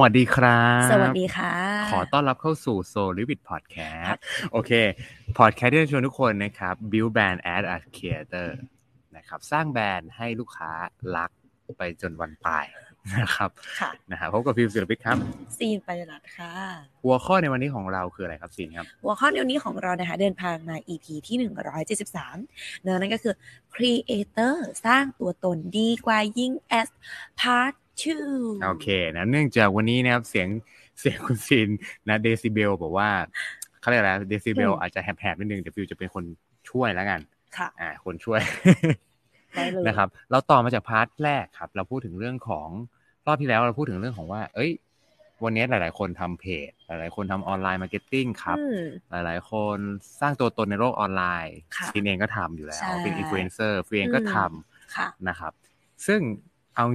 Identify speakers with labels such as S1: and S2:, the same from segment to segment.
S1: วัสดีครับ
S2: สวัสดีค่ะ
S1: ขอต้อนรับเข้าสู่โซลิวิดพอดแคสต์โอเคพอดแคสต์ที่จะชวนทุกคนนะครับ build brand as a creator นะครับสร้างแบรนด์ให้ลูกค้ารักไปจนวันตายนะครับ
S2: ค่ะ
S1: นะครับพบกับฟิล์มศิลปิตครับ
S2: ซีนปฏิรัตน์ค่ะ
S1: หัวข้อในวันนี้ของเราคืออะไรครับซีนครับ
S2: หัวข้อในวันนี้ของเรานะคะ เดินทางมา EP ที่ 173เนื้อนั่นก็คือ Creator สร้างตัวตนดีกว่ายิ่ง as part 2
S1: โอเคนะเนื่องจากวันนี้นะครับเสียง เสียงคุณซีนนะเดซิเบลบอกว่าเขาเรียกอะไรเดซิเบล
S2: อืม
S1: อาจจะแหบๆนิดนึงเดี๋ยวฟิวจะเป็นคนช่วยแล้วกัน
S2: ค่ะ
S1: อ่า คนช่วย
S2: ได้เลย
S1: นะครับ เราต่อมาจากพาร์ทแรกครับ เราพูดถึงเรื่องของรอบที่แล้วเราพูดถึงเรื่องของว่า เอ้ย วันนี้หลาย ๆ คนทำเพจ หลาย ๆ คนทำออนไลน์มาร์เก็ตติ้งครับ
S2: อืม
S1: หลาย ๆ คนสร้างตัวตนในโลกออนไลน์
S2: ค่ะ
S1: ฟินเองก็ทำอยู่แล้
S2: ใช่
S1: ว เป็นอินฟลูเอนเซอร์ฟินเองก็
S2: อืม
S1: ทำ
S2: ค่ะ
S1: นะครับ ซึ่งเอา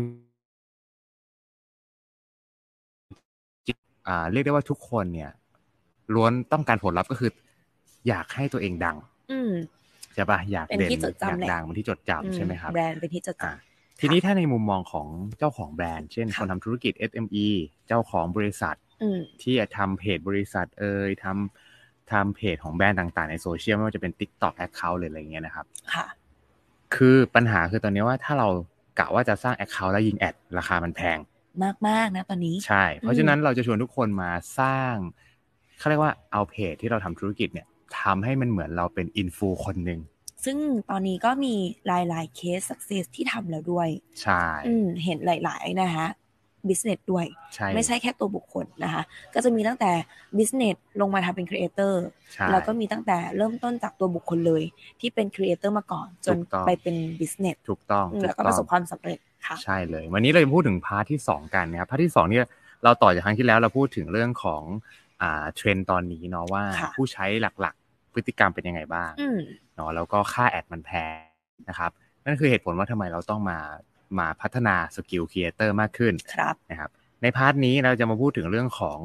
S1: อ่าเรียกได้ว่าทุกคนเนี่ยล้วนต้องการผลลัพธ์ก็คือ อยากให้ตัวเองดัง
S2: อืม
S1: ใช่ปะอยาก
S2: เป็น
S1: เด่น
S2: ที่จด
S1: อยา
S2: จำ
S1: ก
S2: แหละ
S1: ดังเป็นที่จดจำใช่ไหมครับ
S2: แบรนด์เป็นที่จดจ
S1: อ่ะทีนี้ถ้าในมุมมองของเจ้าของแบรนด์ เช่นค
S2: ค่ะ
S1: นทำธุรกิจ SME เจ้าของบริษัท
S2: ำอืม
S1: ที่จะทำเพจบริษัทเอ่ยทำทำเพจของแบรนด์ต่างๆ ในโซเชียลไม่ว่าจะเป็น TikTok Account หรืออะไรเงี้ยนะครับ
S2: ค่ะ
S1: คือปัญหาคือตอนนี้ว่าถ้าเรากะว่าจะสร้าง Account แล้วยิงแอดราคามันแพง
S2: มากมากๆนะตอนนี้
S1: ใช่ เพราะฉะนั้นเราจะชวนทุกคนมาสร้างเขาเรียกว่าเอาเพจที่เราทำธุรกิจเนี่ยทำให้มันเหมือนเราเป็นอินฟูคนหนึ่ง
S2: ซึ่งตอนนี้ก็มีหลายๆเคส success ที่ทำแล้วด้วย
S1: ใช่
S2: อืม เห็นหลาย ๆ นะคะ business ด้วย
S1: ใช่
S2: ไม่ใช่แค่ตัวบุคคลนะคะ ก็จะมีตั้งแต่ business ลงมาทำเป็นครีเอเตอร์
S1: ใช่
S2: แล้วก็มีตั้งแต่เริ่มต้นจากตัวบุคคลเลย ที่เป็นครีเอเตอร์มาก่อน จน
S1: ถูกต้อง
S2: ไปเป็น business
S1: ถูกต้อง
S2: อืม
S1: ถู
S2: แล้ว
S1: ก
S2: ก็
S1: ต้อง
S2: ประสบความสำเร็จค่ะ
S1: ใช่เลย วันนี้เราจะพูดถึงพาร์ทที่ 2 กันนะครับพาร์ทที่ 2 เนี่ยเราต่อจากครั้งที่แล้วเราพูดถึงเรื่องของอ่าเทรนด์ตอนนี้เนาะว่า
S2: ค่ะ
S1: ผู้ใช้หลักๆ พฤติกรรมเป็นยังไงบ้าง
S2: อืม
S1: เนาะแล้วก็ค่าแอดมันแพงนะครับนั่นคือเหตุผลว่าทำไมเราต้องมามาพัฒนาสกิลครีเอเตอร์มากขึ้น
S2: ครับ
S1: นะครับในพาร์ทนี้เราจะมาพูดถึงเรื่องของ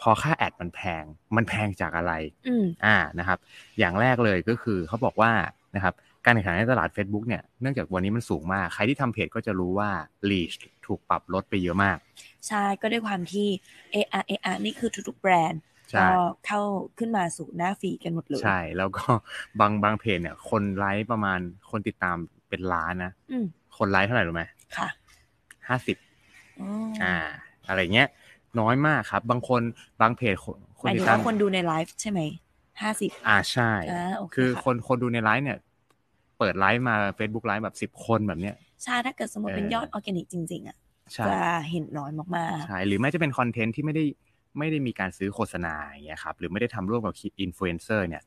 S1: พอค่าแอดมันแพงมันแพงจากอะไร
S2: อืม
S1: อ่านะครับ อย่างแรกเลยก็คือเขาบอกว่านะครับการแข่งขันในตลาด Facebook เนี่ยเนื่องจากวันนี้มันสูงมาก ใครที่ทำเพจก็จะรู้ว่า reach ถูกปรับลดไปเยอะมาก
S2: ใช่ ก็ด้วยความที่ AR AR นี่คือทุกๆแบรนด์
S1: ใช่
S2: ก็เข้าขึ้นมาสู่หน้าฟีดกันหมดเลย
S1: ใช่แล้วก็ บางบางเพจเนี่ย คนไลค์ประมาณคนติดตามเป็นล้านนะ
S2: อืม
S1: คนไลค์เท่าไหร่รู้ไหม
S2: ค่ะ
S1: ห้าสิบ
S2: อ๋ออ
S1: อ่า อะไรเงี้ย น้อยมากครับ บางคนบางเพจคนค
S2: ห
S1: น
S2: มาย
S1: ติ
S2: ถึ
S1: ด
S2: ง
S1: ตาม
S2: ว่าคนดูในไลฟ์ใช่ไหมห้าสิบ
S1: อ่าใช่
S2: อ่าโอเค
S1: คือ
S2: ค่ะ
S1: คนคนดูในไลฟ์เนี่ย เปิดไลฟ์มา Facebook ไลฟ์แบบสิบ10 คนแบบเนี้ย
S2: ใช่ถ้าเกิดสมมติเป็น
S1: เออ
S2: ยอดออร์แกนิกจริง ๆ อ่ะ
S1: ใช่
S2: จะเห็นน้อยมาก
S1: ใช่หรือไม่จะเป็นคอนเทนต์ที่ไม่ได้ไม่ได้มีการซื้อโฆษณาอย่างเงี้ยครับหรือไม่ได้ทำร่วมกับอินฟลูเอนเซอร์เนี่ย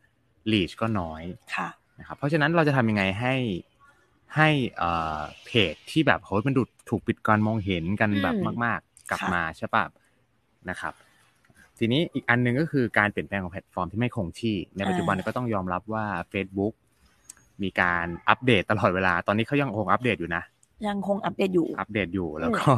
S1: ลีชก็น้อย
S2: ๆ ค่ะ
S1: นะครับเพราะฉะนั้นเราจะทำยังไงให้ให้เอ่อเพจที่แบบโหยมันดูถูกปิดการมองเห็นกัน
S2: อืม
S1: แบบมาก ๆ กลับ
S2: ค่ะ
S1: มาใช่ปะนะครับ ทีนี้อีกอันหนึ่งก็คือการเปลี่ยนแปลงของแพลตฟอร์มที่ไม่คงที่ ในปัจจุบันก็ต้องยอมรับว่า Facebook มีการอัปเดตตลอดเวลา ตอนนี้เขายังคงอัปเดตอยู่นะ
S2: ยังคงอัปเดตอยู่
S1: อัปเดตอยู่แล้วก็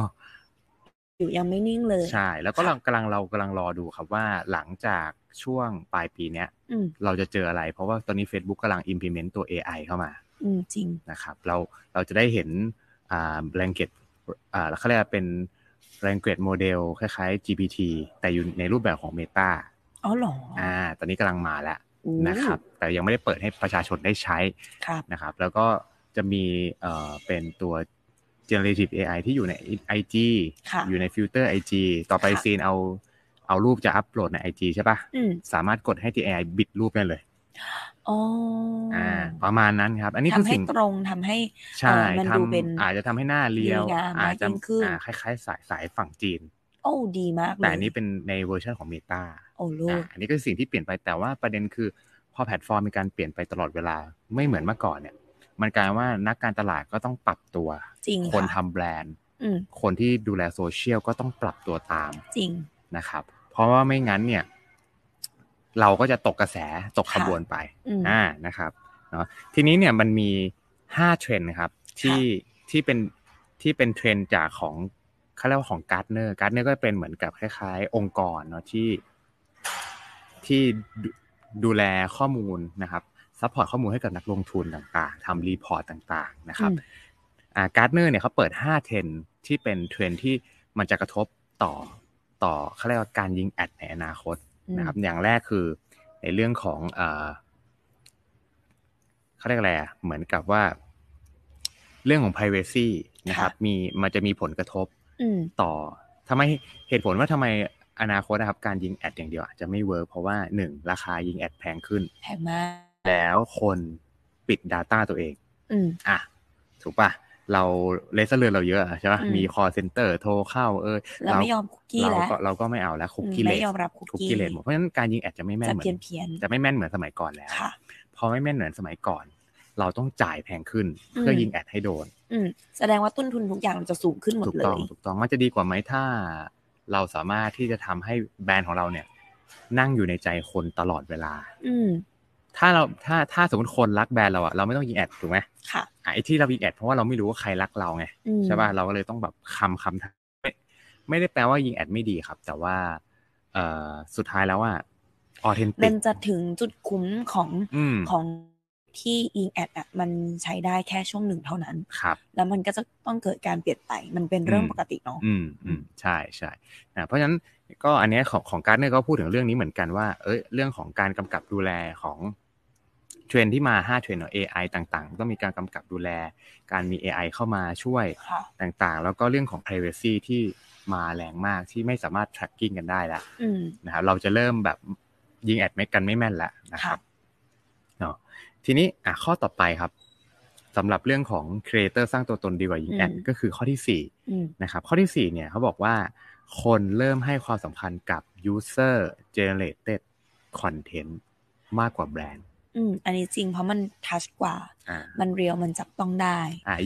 S2: อยู่ยังไม่นิ่งเลย
S1: ใช่ แล้วก็
S2: ค่ะ
S1: เรากำลังเรากำลังรอดูครับว่าหลังจากช่วงปลายปีเนี้ย
S2: อืม
S1: เราจะเจออะไร เพราะว่าตอนนี้ Facebook กำลัง implement ตัว AI เข้ามา
S2: อืมจริง
S1: นะครับเราเราจะได้เห็นอ่า blanket อ่าเขาเรียกว่าเป็น language model คล้ายๆ GPT แต่อยู่ในรูปแบบของ Meta
S2: อ๋อเหรอ
S1: อ่าตอนนี้กำลังมาแล้ว
S2: อู้
S1: นะครับแต่ยังไม่ได้เปิดให้ประชาชนได้ใช้
S2: ครับ
S1: นะครับแล้วก็จะมีเอ่อเป็นตัว generative AI ที่อยู่ใน IG
S2: ค่ะ
S1: อยู่ในฟิลเตอร์ IG ต่อไป
S2: ค่ะ
S1: ซีนเอาเอารูปจะอัปโหลดใน IG ใช่ปะ
S2: อืม
S1: สามารถกดให้ที่ AI บิดรูปได้เลย
S2: อ๋ออ
S1: อ่าประมาณนั้นครับ อันนี้คือ
S2: ทำให้
S1: สิ่ง
S2: ตรงทำให้
S1: ใช่
S2: เอ่อมันดูเป็น
S1: ทำอาจจะทำให้หน้าเรียว
S2: ดีงามมาก
S1: อาจจะ
S2: ยิ่งขึ้น
S1: อ่าคล้าย ๆ สายสายฝั่งจีน
S2: โอ้ดีมากเลย
S1: แต่อันนี้เป็นในเวอร์ชันของ Meta
S2: โอ้โล
S1: อ่าก อันนี้ก็คือสิ่งที่เปลี่ยนไปแต่ว่าประเด็นคือ พอแพลตฟอร์มมีการเปลี่ยนไปตลอดเวลาไม่เหมือนเมื่อก่อนเนี่ยมันกลายว่านักการตลาดก็ต้องปรับตัว
S2: จริง
S1: คน
S2: ค่ะ
S1: ทำแบรนด์
S2: อืม
S1: คนที่ดูแลโซเชียลก็ต้องปรับตัวตาม
S2: จริง
S1: นะครับ เพราะว่าไม่งั้นเนี่ย เราก็จะตกกระแสตกข
S2: ค่ะ
S1: บวนไป
S2: อืม
S1: อ่านะครับเนาะทีนี้เนี่ยมันมี5เทรนด์นะครับ ที่ที่เป็นที่เป็นเทรนด์จากของเขาเรียกว่าของการ์ดเนอร์การ์ดเนอร์ก็เป็นเหมือนกับคล้ายๆ องค์กรเนาะที่ที่ดูดูแลข้อมูลนะครับซัพพอร์ตข้อมูลให้กับนักลงทุนต่างๆทำรีพอร์ตต่างๆนะครับ
S2: อืม
S1: อ่าการ์ดเนอร์เนี่ยเขาเปิด 5 เทรนด์ที่เป็นเทรนด์ที่มันจะกระทบต่อ ต่อเขาเรียกว่าการยิงแอดในอนาคต
S2: อืม
S1: นะครับ อย่างแรกคือในเรื่องของเอ่อเขาเรียกอะไรอ่ะเหมือนกับว่า เรื่องของ p r i เวซีนะครับ มีมันจะมีผลกระทบ
S2: อืม
S1: ต่อทำไมเหตุผลว่าทำไมอนาคตนะครับการยิงแอดอย่างเดียวอาจจะไม่เวิร์กเพราะว่าหนึ่งราคายิงแอดแพงขึ้น
S2: แพงมาก
S1: แล้วคนปิด Data ตัวเอง
S2: อืม
S1: อ่ะ ถูกปะเราเลสเซอร์เรือเราเยอะอะใช่ปะ
S2: อืม
S1: มีคอเซ็นเตอร์โทรเข้าเอย
S2: เราไม่ยอมคุกกี้
S1: เรา
S2: แล้ว
S1: ก็เราก็ไม่เอาแล้วคุกกี้
S2: อืม
S1: เล
S2: ไม่
S1: ส
S2: ยอมรับคุก
S1: คุก
S2: กี้
S1: กี้เลสหมดเพราะฉะนั้นการยิงแอดจะไม่แม่น
S2: จะ
S1: เหมือ
S2: เพี้ยน
S1: น
S2: เพียนๆ
S1: จะไม่แม่นเหมือนสมัยก่อนแล้ว
S2: ค่ะ
S1: พอไม่แม่นเหมือนสมัยก่อน เราต้องจ่ายแพงขึ้น เพื่ออ
S2: ม
S1: ยิงแอดให้โดน
S2: อืม แสดงว่าต้นทุนทุกอย่างมันจะสูงขึ้นหมด
S1: ถูก
S2: เล
S1: ต้อง
S2: ย
S1: ถูกต้องมันจะดีกว่าไหมถ้าเราสามารถที่จะทำให้แบรนด์ของเราเนี่ย นั่งอยู่ในใจคนตลอดเวลา
S2: อืม
S1: ถ้าเราถ้าถ้าสมมติคนรักแบรนด์เราอะเราไม่ต้องยิงแอดถูกไหม
S2: ค่ะ
S1: อ่ะไอ้ที่เรายิงแอดเพราะว่าเราไม่รู้ว่าใครรักเราไง
S2: อืม
S1: ใช่ป่ะเราก็เลยต้องแบบคำคำไม่ไม่ได้แปลว่ายิงแอดไม่ดีครับ แต่ว่า เอ่อสุดท้ายแล้วว่าออเทนติ
S2: มั
S1: ก
S2: นจะถึงจุดคุ้มของ
S1: อืม
S2: ของที่อิงแอดอ่ะมันใช้ได้แค่ช่วงหนึ่งเท่านั้น
S1: ครับ
S2: แล้วมันก็จะต้องเกิดการเปลี่ยนไป มันเป็นเรื่อง
S1: อืม
S2: ปกติเนาะ
S1: อืมอืมใช่ใช่นะเพราะฉะนั้นก็อันเนี้ยของของการ์ดเนี่ยก็พูดถึงเรื่องนี้เหมือนกันว่า เอ้ยเรื่องของการกำกับดูแลของเทรนด์ที่มา5เทรนด์ของ AI ต่างๆ ต้องมีการกำกับดูแล การมี AI เข้ามาช่วย
S2: ค่ะ
S1: ต่างๆ แล้วก็เรื่องของ Privacy ที่มาแรงมากที่ไม่สามารถ tracking กันได้แล้ว
S2: อืม
S1: นะครับเราจะเริ่มแบบยิงแอดเมกกันไม่แม่นแล้วนะครับเนาะทีนี้อ่ะข้อต่อไปครับสำหรับเรื่องของครีเอเตอร์สร้างตัวตนดีกว่ายิงแอด
S2: อืม
S1: ก็คือข้อที่สี่
S2: อืม
S1: นะครับข้อที่ 4 เนี่ยเขาบอกว่า คนเริ่มให้ความสำคัญกับ user generated content มากกว่าแบรนด์
S2: อืม อันนี้จริงเพราะมันทัชกว่า
S1: อ่า
S2: มันเรียวมันจับต้องได้
S1: อ่า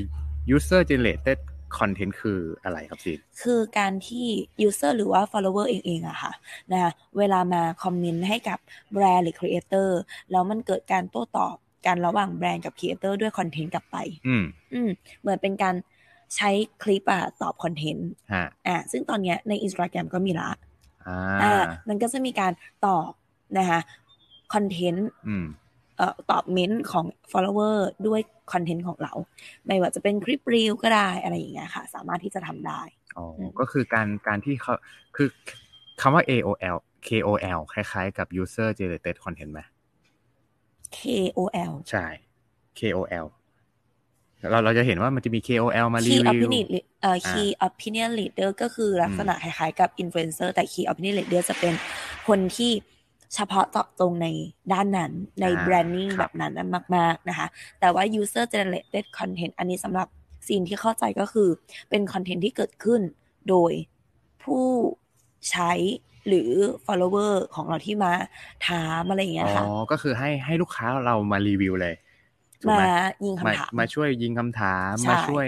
S1: user generated content คืออะไรครับซีน
S2: คือการที่ user หรือว่า follower เองเองๆอะค่ะนะเวลามาคอมเมนต์ให้กับแบรนด์หรือ creator แล้วมันเกิดการโต้ตอบกันระหว่างแบรนด์กับ creator ด้วยคอนเทนต์กลับไป
S1: อืม
S2: อืม เหมือนเป็นการใช้คลิปอะตอบคอนเทนต์
S1: ฮะ
S2: อ่ะซึ่งตอนเนี้ยใน Instagram ก็มีละ
S1: อ่า
S2: อ่ามันก็จะมีการตอบนะคะคอนเทนต์
S1: อืม
S2: เอ่อตอบเมนต์ของ follower ด้วยคอนเทนต์ของเรา ไม่ว่าจะเป็นคลิปรีวก็ได้อะไรอย่างเงี้ยค่ะ สามารถที่จะทำได้
S1: อ๋ออ
S2: ม
S1: ก็คือการการที่เขาคือคำว่า AOL KOL คล้ายๆ กับ user generated content ไหม
S2: KOL
S1: ใช่ KOL เราเราจะเห็นว่ามันจะมี KOL มารี
S2: Key
S1: วิว
S2: Opinion Lead- เอ่
S1: อ่า
S2: อ Key Opinion Leader ก็คือลักษณะคล้ายๆกับ Influencer แต่ Key Opinion Leader จะเป็นคนที่เฉพาะเจาะจงในด้านนั้นใน
S1: อ่า
S2: branding
S1: ค
S2: แบ
S1: รับบ
S2: นั้นนั้นมาก ๆ นะคะ แต่ว่า user generated content อันนี้สำหรับซีนที่เข้าใจก็คือเป็นคอนเทนต์ที่เกิดขึ้นโดยผู้ใช้หรือ follower ของเราที่มาถามอะไรอย่างเงี้ย
S1: อ๋
S2: ค่ะ
S1: อ ก็คือให้ให้ลูกค้าเรามารีวิวเลยถูก
S2: มา
S1: ไหม
S2: ยิง
S1: มา
S2: คำถาม
S1: มาช่วยยิงคำถาม
S2: ใช่
S1: มาช่วย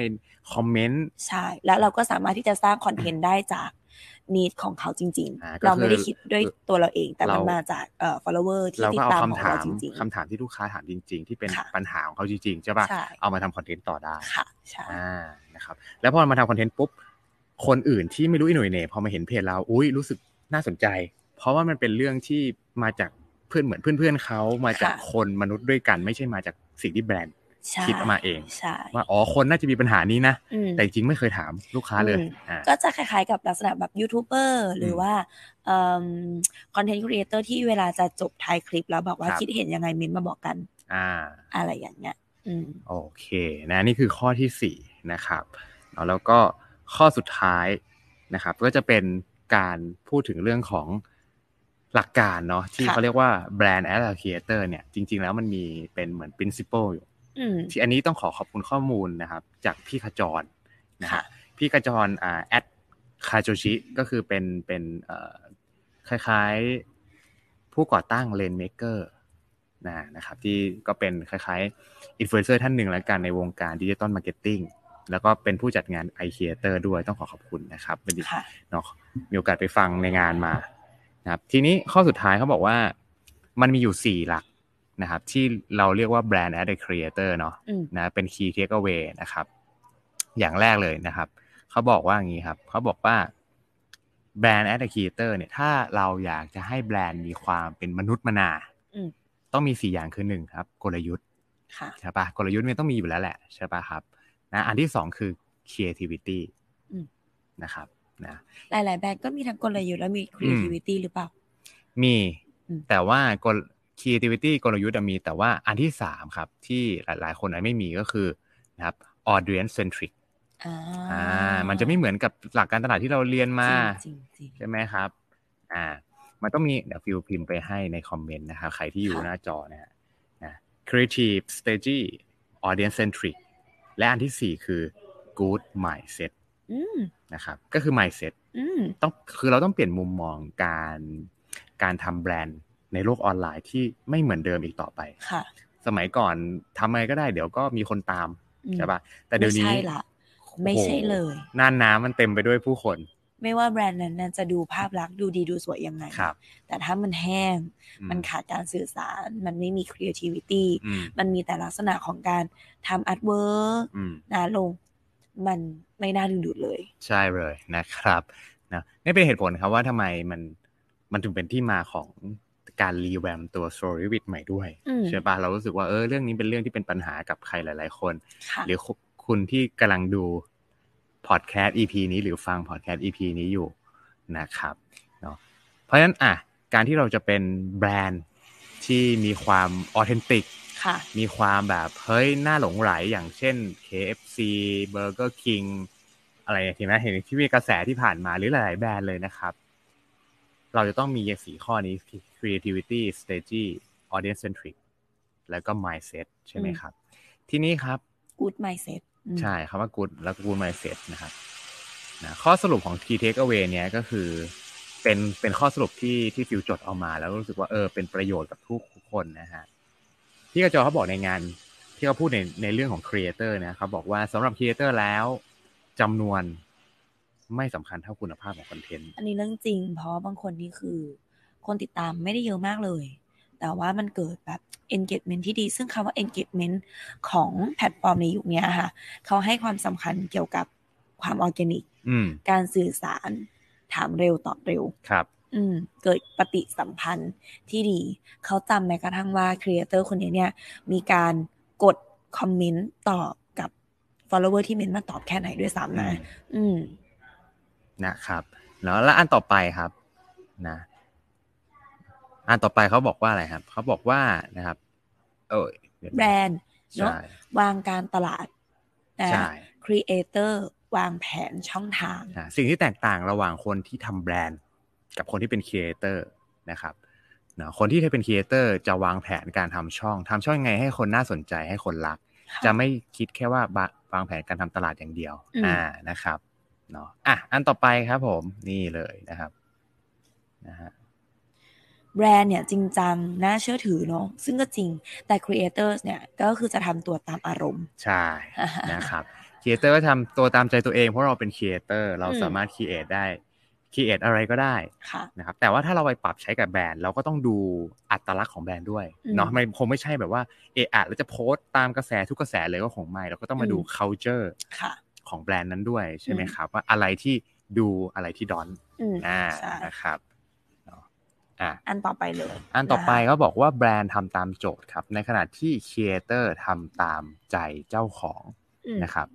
S1: คอมเมนต์
S2: ใช่ แล้วเราก็สามารถที่จะสร้างคอนเทนต์ได้จากนิดของเขาจริง
S1: อ่าก็
S2: ๆ เราไม่ได้
S1: คือ
S2: คิดด้วยตัวเราเอง แต่มัน
S1: เราม
S2: มาจากเอ่อ follower ที่
S1: เรา
S2: ติ
S1: ก็
S2: ด
S1: เอา
S2: ตามของ
S1: คำถาม
S2: เราจริง
S1: คำถามที่ลูกค้าถามจริง ๆ ที่เป็น
S2: ค่ะ
S1: ปัญหาของเขาจริง ๆ ใช่
S2: ๆ
S1: ป่ะ
S2: ใช่
S1: เอามาทำคอนเทนต์ต่อได้
S2: ค่ะ ใช่
S1: อ่านะครับ แล้วพอมาทำคอนเทนต์ปุ๊บ คนอื่นที่ไม่รู้อีหน่วยเหน่พอมาเห็นเพจเรา อุ้ยรู้สึกน่าสนใจ เพราะว่ามันเป็นเรื่องที่มาจากเพื่อนเหมือนเพื่อนๆเขามาจาก
S2: ค่ะ
S1: คนมนุษย์ด้วยกัน ไม่ใช่มาจากสิ่งที่แบรนด์
S2: ใช่
S1: คิดมาเอง
S2: ใช่
S1: ว่าอ๋อคนน่าจะมีปัญหานี้นะ
S2: อืม
S1: แต่จริงๆไม่เคยถามลูกค้าเลย
S2: อืม
S1: อ่า
S2: ก็จะคล้ายๆกับลักษณะแบบยูทูบเบอร์หรือว่าคอนเทนต์ครีเอเตอร์ที่เวลาจะจบท้ายคลิปแล้วบอกว่า
S1: ครับ
S2: คิดเห็นยังไงเม้นต์มาบอกกัน
S1: อ่า
S2: อะไรอย่างเงี้ย อืม
S1: โอเคนะนี่คือข้อที่สี่นะครับเนาะแล้วก็ข้อสุดท้ายนะครับ ก็จะเป็นการพูดถึงเรื่องของหลักการเนาะที่
S2: ค่ะ
S1: เขาเรียกว่า brand as a creator เนี่ย จริง ๆ แล้วมันมีเป็นเหมือน principle อยู่
S2: อืม
S1: ที่อันนี้ต้องขอขอบคุณข้อมูลนะครับ จากพี่ขจรนะฮะ
S2: ค่ะ
S1: พี่ขจรอ่าแอดคาโจชิก็คือเป็นเป็นเอ่อคล้ายๆผู้ก่อตั้งเลนเมเกอร์นะนะครับ ที่ก็เป็นคล้ายๆอินฟลูเอนเซอร์ท่านหนึ่งแล้วกันในวงการดิจิตอลมาร์เก็ตติ้งแล้วก็เป็นผู้จัดงาน i c r e a t o r ด้วยต้องขอขอบคุณนะครับเป็นอีก
S2: ค่ะ
S1: เนาะมีโอกาสไปฟังในงานมานะครับทีนี้ข้อสุดท้ายเขาบอกว่ามันมีอยู่ 4 หลักนะครับ ที่เราเรียกว่า brand as a creator เนาะ
S2: อืม
S1: นะเป็น key takeaway นะครับ อย่างแรกเลยนะครับ เขาบอกว่าอย่างนี้ครับ เขาบอกว่า brand as a creator เนี่ยถ้าเราอยากจะให้แบรนด์มีความเป็นมนุษย์มนา
S2: อืม
S1: ต้องมี 4 อย่างคือหนึ่งครับ กลยุทธ์
S2: ค่ะ
S1: ใช่ปะกลยุทธ์เนี่ยต้องมีอยู่แล้วแหละใช่ปะครับนะอันที่ 2 คือ creativity
S2: อืม
S1: นะครับ นะ
S2: หลาย ๆ แบรนด์ก็มีทั้งกลยุทธ์และมี creativity หรือเปล่า
S1: มี
S2: อืม
S1: แต่ว่ากล creativity กลยุทธ์อะมี แต่ว่าอันที่สามครับ ที่หลาย ๆ คนอาจไม่มีก็คือนะครับ audience centric
S2: อ่า
S1: อ่า มันจะไม่เหมือนกับหลักการตลาดที่เราเรียนมา
S2: จริงจริง
S1: ใช่ไหมครับ อ่า มันต้องมีเดี๋ยวฟิวพิมพ์ไปให้ในคอมเมนต์นะครับ ใครที่อยู่
S2: ค่ะ
S1: หน้าจอนะฮะนะ creative strategy audience centric และอันที่สี่คือ good mindset
S2: ๆอืม
S1: นะครับ ก็คือ mindset
S2: อืม
S1: ต้องคือเราต้องเปลี่ยนมุมมองการการทำแบรนด์ในโลกออนไลน์ที่ไม่เหมือนเดิมอีกต่อไป
S2: ค่ะ
S1: สมัยก่อนทำอะไรก็ได้เดี๋ยวก็มีคนตาม
S2: อืม
S1: ใช่ปะแต่เดี๋ยวนี้
S2: ไม่ใช่ละ ไม่ใช่เลย
S1: โอ้โหน่านน้ำมันเต็มไปด้วยผู้คน
S2: ไม่ว่าแบรนด์นั้นนะจะดูภาพลักษณ์ดูดีดูสวยยังไง
S1: ครับ
S2: แต่ถ้ามันแห้ง
S1: อื
S2: มันขาดการสื่อสาร มันไม่มี creativity
S1: อืม
S2: มันมีแต่ลักษณะของการทำ artwork
S1: อืม
S2: นะลง มันไม่น่าดึงดูดเลย
S1: ใช่เลยนะครับนะนี่เป็นเหตุผลครับว่าทำไมมันมันถึงเป็นที่มาของการรีแวมตัว Story w i t ใหม่ด้วย
S2: อืม
S1: ใช่ปะเรารู้สึกว่าเออเรื่องนี้เป็นเรื่องที่เป็นปัญหากับใครหลาย ๆ คน
S2: ค่ะ
S1: หรือคุคุณที่กำลังดูพอดแคสต์ EP นี้หรือฟังพอดแคสต์ EP นี้อยู่นะครับเนาะเพราะฉะนั้นอ่ะการที่เราจะเป็นแบรนด์ที่มีความออเทนติก
S2: ค่ะ
S1: มีความแบบเฮ้ยน่าหลงไหลอย่างเช่น KFC Burger King อะไรอย่างเห็นไหมเห็นที่มีกระแสที่ผ่านมาหรือหลาย ๆ แบรนด์เลยนะครับ เราจะต้องมีสีข้อนี้ creativity strategy audience centric แล้วก็ mindset ใช่ไหม
S2: อืม
S1: ครับ ที่นี่ครับ
S2: good mindset อืม
S1: ใช่คำว่า good แล้วก็ good mindset นะครับนะข้อสรุปของ key takeaway เนี้ยก็คือเป็นเป็นข้อสรุปที่ที่ฟิวจดเอามา แล้วรู้สึกว่าเออเป็นประโยชน์กับทุกคนนะฮะที่กระจอเขาบอกในงานที่เขาพูดในในเรื่องของ creator นะเขาบอกว่าสำหรับ creator แล้วจำนวนไม่สำคัญเท่าคุณภาพของคอนเทนต์
S2: อันนี้เรื่องจริง เพราะบางคนนี่คือ คนติดตามไม่ได้เยอะมากเลย แต่ว่ามันเกิดแบบ engagement ที่ดี ซึ่งคำว่า engagement ของแพลตฟอร์มในยุคเนี้ยค่ะ เขาให้ความสำคัญเกี่ยวกับความออร์แกนิก
S1: อืม
S2: การสื่อสาร ถามเร็วตอบเร็ว
S1: ครับ
S2: อืม เกิดปฏิสัมพันธ์ที่ดี เขาจำแม้กระทั่งว่าครีเอเตอร์คนนี้เนี่ย มีการกดคอมเมนต์ตอบกับ follower ที่เมนต์มาตอบแค่ไหนด้วยซ้ำนะ อืม
S1: นะครับแล้วแล้วอันต่อไปครับนะอันต่อไปเขาบอกว่าอะไรครับเขาบอกว่านะครับ เออเดี๋ยวนะ
S2: แบรนด์เนอะ
S1: ใช่
S2: วางการตลาดนะ
S1: ใช่
S2: ครีเอเตอร์วางแผนช่องทาง
S1: อ่ะสิ่งที่แตกต่างระหว่างคนที่ทำแบรนด์ กับคนที่เป็นครีเอเตอร์นะครับนะคนที่เป็นครีเอเตอร์จะวางแผนการทำช่องทำช่องยังไงให้คนน่าสนใจให้คนรัก
S2: ค่ะ
S1: จะไม่คิดแค่ว่าวาวางแผนการทำตลาดอย่างเดียว
S2: อืม
S1: นะครับเนาะอ่ะอันต่อไปครับผมนี่เลยนะครับนะฮะ
S2: แบรนด์เนี่ยจริงจัง น่าเชื่อถือเนาะซึ่งก็จริงแต่ครีเอเตอร์เนี่ยก็คือจะทำตัวตามอารมณ์
S1: ใช่นะครับครีเอเตอร์ก็ทำตัวตามใจตัวเองเพราะเราเป็นครีเอเตอร์เรา
S2: อืม
S1: สามารถครีเอทได้ครีเอทอะไรก็ได้
S2: ค่ะ
S1: นะครับแต่ว่าถ้าเราไปปรับใช้กับแบรนด์เราก็ต้องดูอัตลักษณ์ของแบรนด์ด้วย
S2: อืม
S1: เนาะไม่คงไม่ใช่แบบว่าเอออะแล้วจะโพสต์ตามกระแสทุกกระแสเลยก็คงไม่เราก็ต้องมาดู
S2: อืม
S1: culture
S2: ค่ะ
S1: ของแบรนด์นั้นด้วยใช่ไหม
S2: อืม
S1: ครับว่าอะไรที่ดูอะไรที่ดอน
S2: อืม
S1: อ่า
S2: ใช่
S1: นะครับเนาะอ่ะ
S2: อันต่อไปเลย
S1: อันต่อไป
S2: ะคะ
S1: ก็บอกว่าแบรนด์ทำตามโจทย์ครับ ในขณะที่ครีเอเตอร์ทำตามใจเจ้าของ
S2: อืม
S1: นะครับ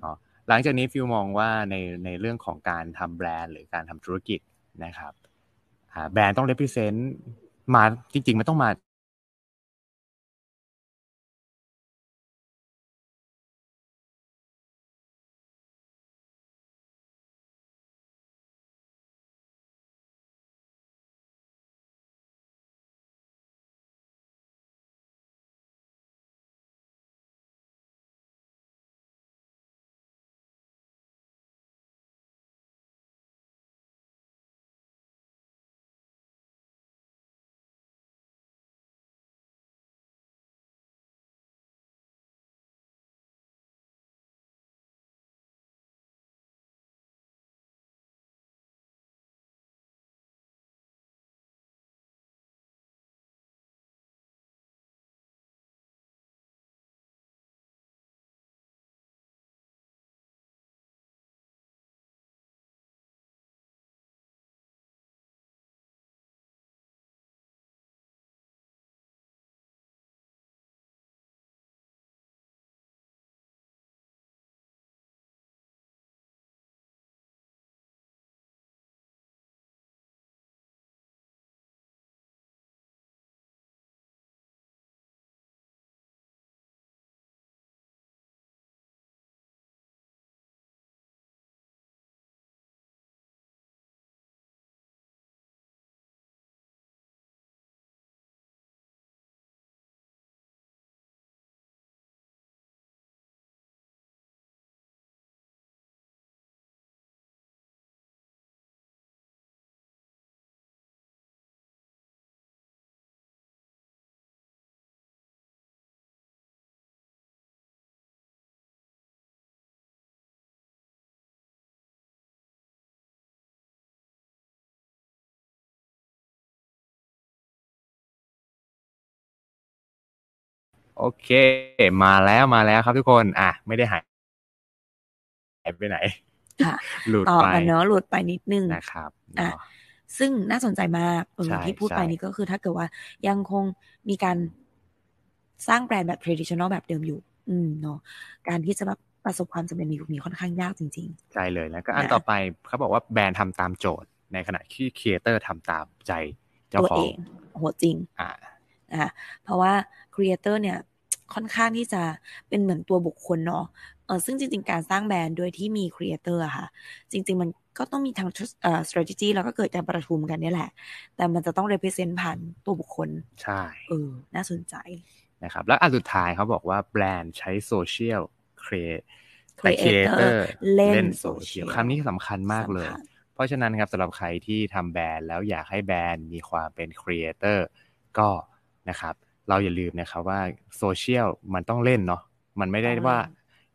S1: เนาะหลังจากนี้ฟิวมองว่าในในเรื่องของการทำแบรนด์หรือการทำธุรกิจนะครับอ่าแบรนด์ต้อง represent มาจริง ๆ มันต้องมา โอเค มาแล้วมาแล้วครับทุกคน อ่ะ ไม่ได้หายหายไปไหน
S2: ค่ะ
S1: หลุด
S2: ต่อ
S1: ไป
S2: กันเนาะหลุดไปนิดนึง
S1: นะครับ
S2: อ่ะ
S1: เนาะ
S2: ซึ่งน่าสนใจมากเออ
S1: ใช่
S2: ที่พูดไป
S1: ใช่
S2: นี่ก็คือถ้าเกิดว่ายังคงมีการสร้างแบรนด์แบบ traditional แบบเดิมอยู่ อืมเนาะการที่จะแบบประสบความสำเร็จในยุคนี้ค่อนข้างยากจริง
S1: ใช่เลยแล้วก็อัน
S2: นะ
S1: ต่อไปเขาบอกว่าแบรนด์ทำตามโจทย์ ในขณะที่ครีเอเตอร์ทำตามใจเจ้า
S2: ตัว
S1: ขอ
S2: เอง ง ๆโหจริง
S1: อ่ะ
S2: นะคะเพราะว่าครีเอเตอร์เนี่ย ค่อนข้างที่จะเป็นเหมือนตัวบุคคลเนาะเออซึ่งจริง ๆ การสร้างแบรนด์โดยที่มีครีเอเตอร์ค่ะ จริง ๆ มันก็ต้องมีทางเอ่อ strategy แล้วก็เกิดการประชุมกันเนี่ยแหละ แต่มันจะต้อง represent ผ่านตัวบุคคล
S1: ใช่
S2: เออ น่าสนใจ
S1: นะครับ แล้วอันสุดท้ายเขาบอกว่าแบรนด์ใช้โซเชียลครีเอแต่ครีเอเตอ
S2: creator
S1: ร์
S2: เล่น
S1: เล่นโซ
S2: โซ
S1: เชี
S2: เชี
S1: ย
S2: ย
S1: ล
S2: ล
S1: คำนี้สำคัญมากเลย
S2: สำคัญ
S1: เพราะฉะนั้นครับสำหรับใครที่ทำแบรนด์แล้วอยากให้แบรนด์มีความเป็นครีเอเตอร์ก็นะครับ เราอย่าลืมนะครับว่าโซเชียลมันต้องเล่นเนาะมันไม่ได้ว่า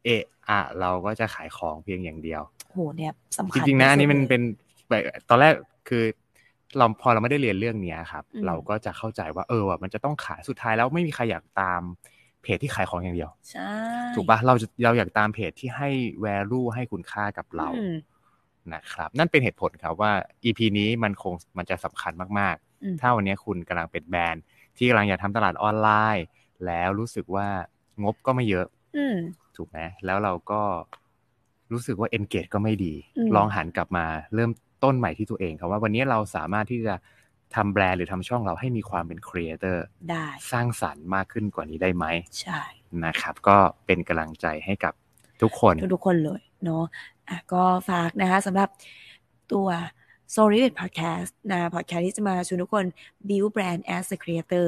S1: เอะอะเราก็จะขายของเพียงอย่างเดียว
S2: โหเนี่ย
S1: จ
S2: สำคัญ
S1: ริงๆนะอั
S2: ที่สุด
S1: นนี้มัน
S2: ลย
S1: เป็นแบบตอนแรกคือเราพอเราไม่ได้เรียนเรื่องเนี้ยครับ
S2: อืม
S1: เราก็จะเข้าใจว่าเออว่ะมันจะต้องขายสุดท้ายแล้วไม่มีใครอยากตามเพจที่ขายของอย่างเดียว
S2: ใช่
S1: ถูกปะเราจะเราอยากตามเพจที่ให้ value ให้คุณค่ากับเรา
S2: อืม
S1: นะครับ นั่นเป็นเหตุผลครับว่า EP นี้มันคงมันจะสำคัญมาก
S2: อืม
S1: ๆ ถ้าวันนี้คุณกำลังเป็นแบรนด์ ที่กำลังอยากทำตลาดออนไลน์ แล้วรู้สึกว่างบก็ไม่เยอะ
S2: อืม
S1: ถูกไหมแล้วเราก็รู้สึกว่า engage ก็ไม่ดี
S2: อืม
S1: ลองหันกลับมาเริ่มต้นใหม่ที่ตัวเองครับว่าวันนี้เราสามารถที่จะทำแบรนด์หรือทำช่องเราให้มีความเป็นครีเอเตอร์
S2: ได้
S1: สร้างสรรค์มากขึ้นกว่านี้ได้ไหม
S2: ใช่
S1: นะครับ ก็เป็นกำลังใจให้กับทุกคน
S2: ทุกๆคนเลยเนาะอ่ะก็ฝากนะคะสำหรับตัว s o r r y w i t Podcast นะ podcast ที่จะมาชวนทุกคน build brand as a creator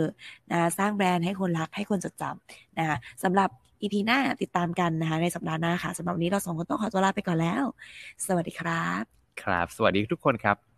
S2: นะสร้างแบรนด์ให้คนรักให้คนจดจำนะคะสำหรับ EP หน้าติดตามกันนะคะในสัปดาห์หน้าค่ะสำหรับวันนี้เราสองคนต้องขอตัวลาไปก่อนแล้ว สวัสดีครับ
S1: ครับ สวัสดีทุกคนครับ